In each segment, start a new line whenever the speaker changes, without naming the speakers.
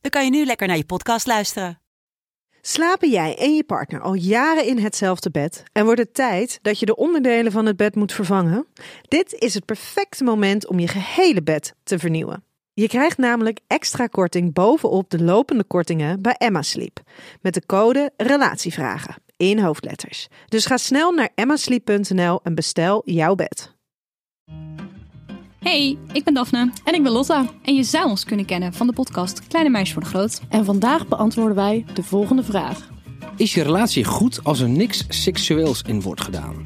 dan kan je nu lekker naar je podcast luisteren.
Slapen jij en je partner al jaren in hetzelfde bed en wordt het tijd dat je de onderdelen van het bed moet vervangen? Dit is het perfecte moment om je gehele bed te vernieuwen. Je krijgt namelijk extra korting bovenop de lopende kortingen bij Emma Sleep met de code relatievragen in hoofdletters. Dus ga snel naar emmasleep.nl en bestel jouw bed.
Hey, ik ben Daphne.
En ik ben Lotta.
En je zou ons kunnen kennen van de podcast Kleine Meisjes voor de Groot.
En vandaag beantwoorden wij de volgende vraag.
Is je relatie goed als er niks seksueels in wordt gedaan?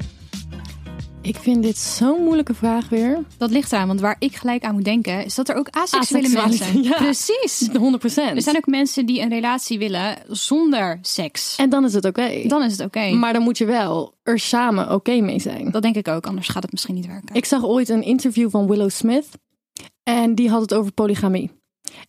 Ik vind dit zo'n moeilijke vraag weer.
Dat ligt eraan, want waar ik gelijk aan moet denken is dat er ook asexuele mensen
Asexualiteit,
zijn.
ja.
Precies.
100
Er zijn ook mensen die een relatie willen zonder seks.
En dan is het oké.
dan is het oké.
Maar dan moet je wel er samen oké mee zijn.
Dat denk ik ook, anders gaat het misschien niet werken.
Ik zag ooit een interview van Willow Smith. En die had het over polygamie.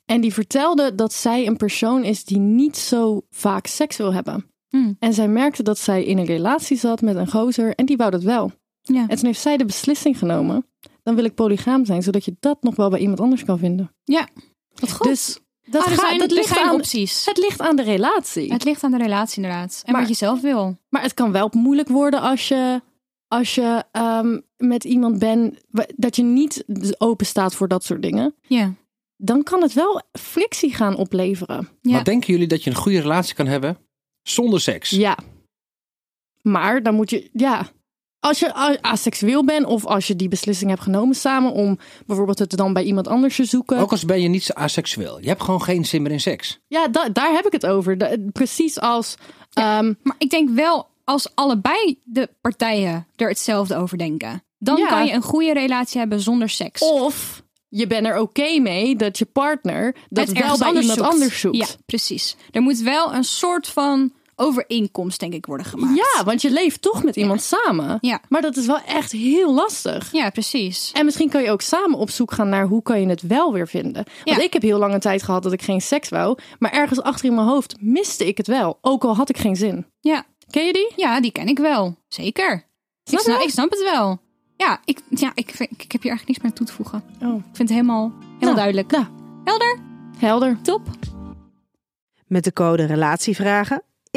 En die vertelde dat zij een persoon is die niet zo vaak seks wil hebben.
Hmm.
En zij merkte dat zij in een relatie zat met een gozer en die wou dat wel.
Ja.
En toen heeft zij de beslissing genomen. Dan wil ik polygaam zijn, zodat je dat nog wel bij iemand anders kan vinden.
Ja, wat goed.
Dus dat,
Ah, er
gaat-
zijn,
dat
er
ligt,
zijn
aan,
opties. Het,
het ligt aan de relatie.
ligt aan de relatie inderdaad. En
Maar-
wat je zelf wil.
maar het kan wel moeilijk worden als je, als je ehm, met iemand bent... wa- dat je niet open staat voor dat soort dingen.
Ja.
Dan kan het wel frictie gaan opleveren.
Ja.
Maar denken jullie dat je een goede relatie kan hebben zonder seks?
Ja. Maar dan moet je... Ja. Als je a- aseksueel bent of als je die beslissing hebt genomen samen... om bijvoorbeeld het dan bij iemand anders te zoeken...
Ook als ben je niet zo aseksueel. Je hebt gewoon geen zin meer in seks.
Ja, da- daar heb ik het over. Da- precies als. ehm,
Maar ik denk wel als allebei de partijen er hetzelfde over denken. Dan
Ja.
kan je een goede relatie hebben zonder seks.
of je bent er oké mee dat je partner dat
het
wel
ergens
bij
anders
iemand
zoekt.
anders zoekt.
Ja, precies. Er moet wel een soort van overeenkomst, denk ik, worden gemaakt.
Ja, want je leeft toch met iemand samen.
Ja.
Maar dat is wel echt heel lastig.
ja precies.
En misschien kan je ook samen op zoek gaan naar hoe kan je het wel weer vinden. Want
Ja.
ik heb heel lange tijd gehad dat ik geen seks wou. Maar ergens achter in mijn hoofd miste ik het wel. Ook al had ik geen zin.
Ja.
Ken je die?
ja, die ken ik wel. Zeker. Ik
je
snap,
dat?
ik snap het wel. Ja, ik, ja ik, vind- ik heb hier eigenlijk niks meer aan toe te voegen.
Oh.
Ik vind het helemaal heel
Nou,
duidelijk.
nou.
Helder,
Helder.
top.
Met de code RELATIEVRAGEN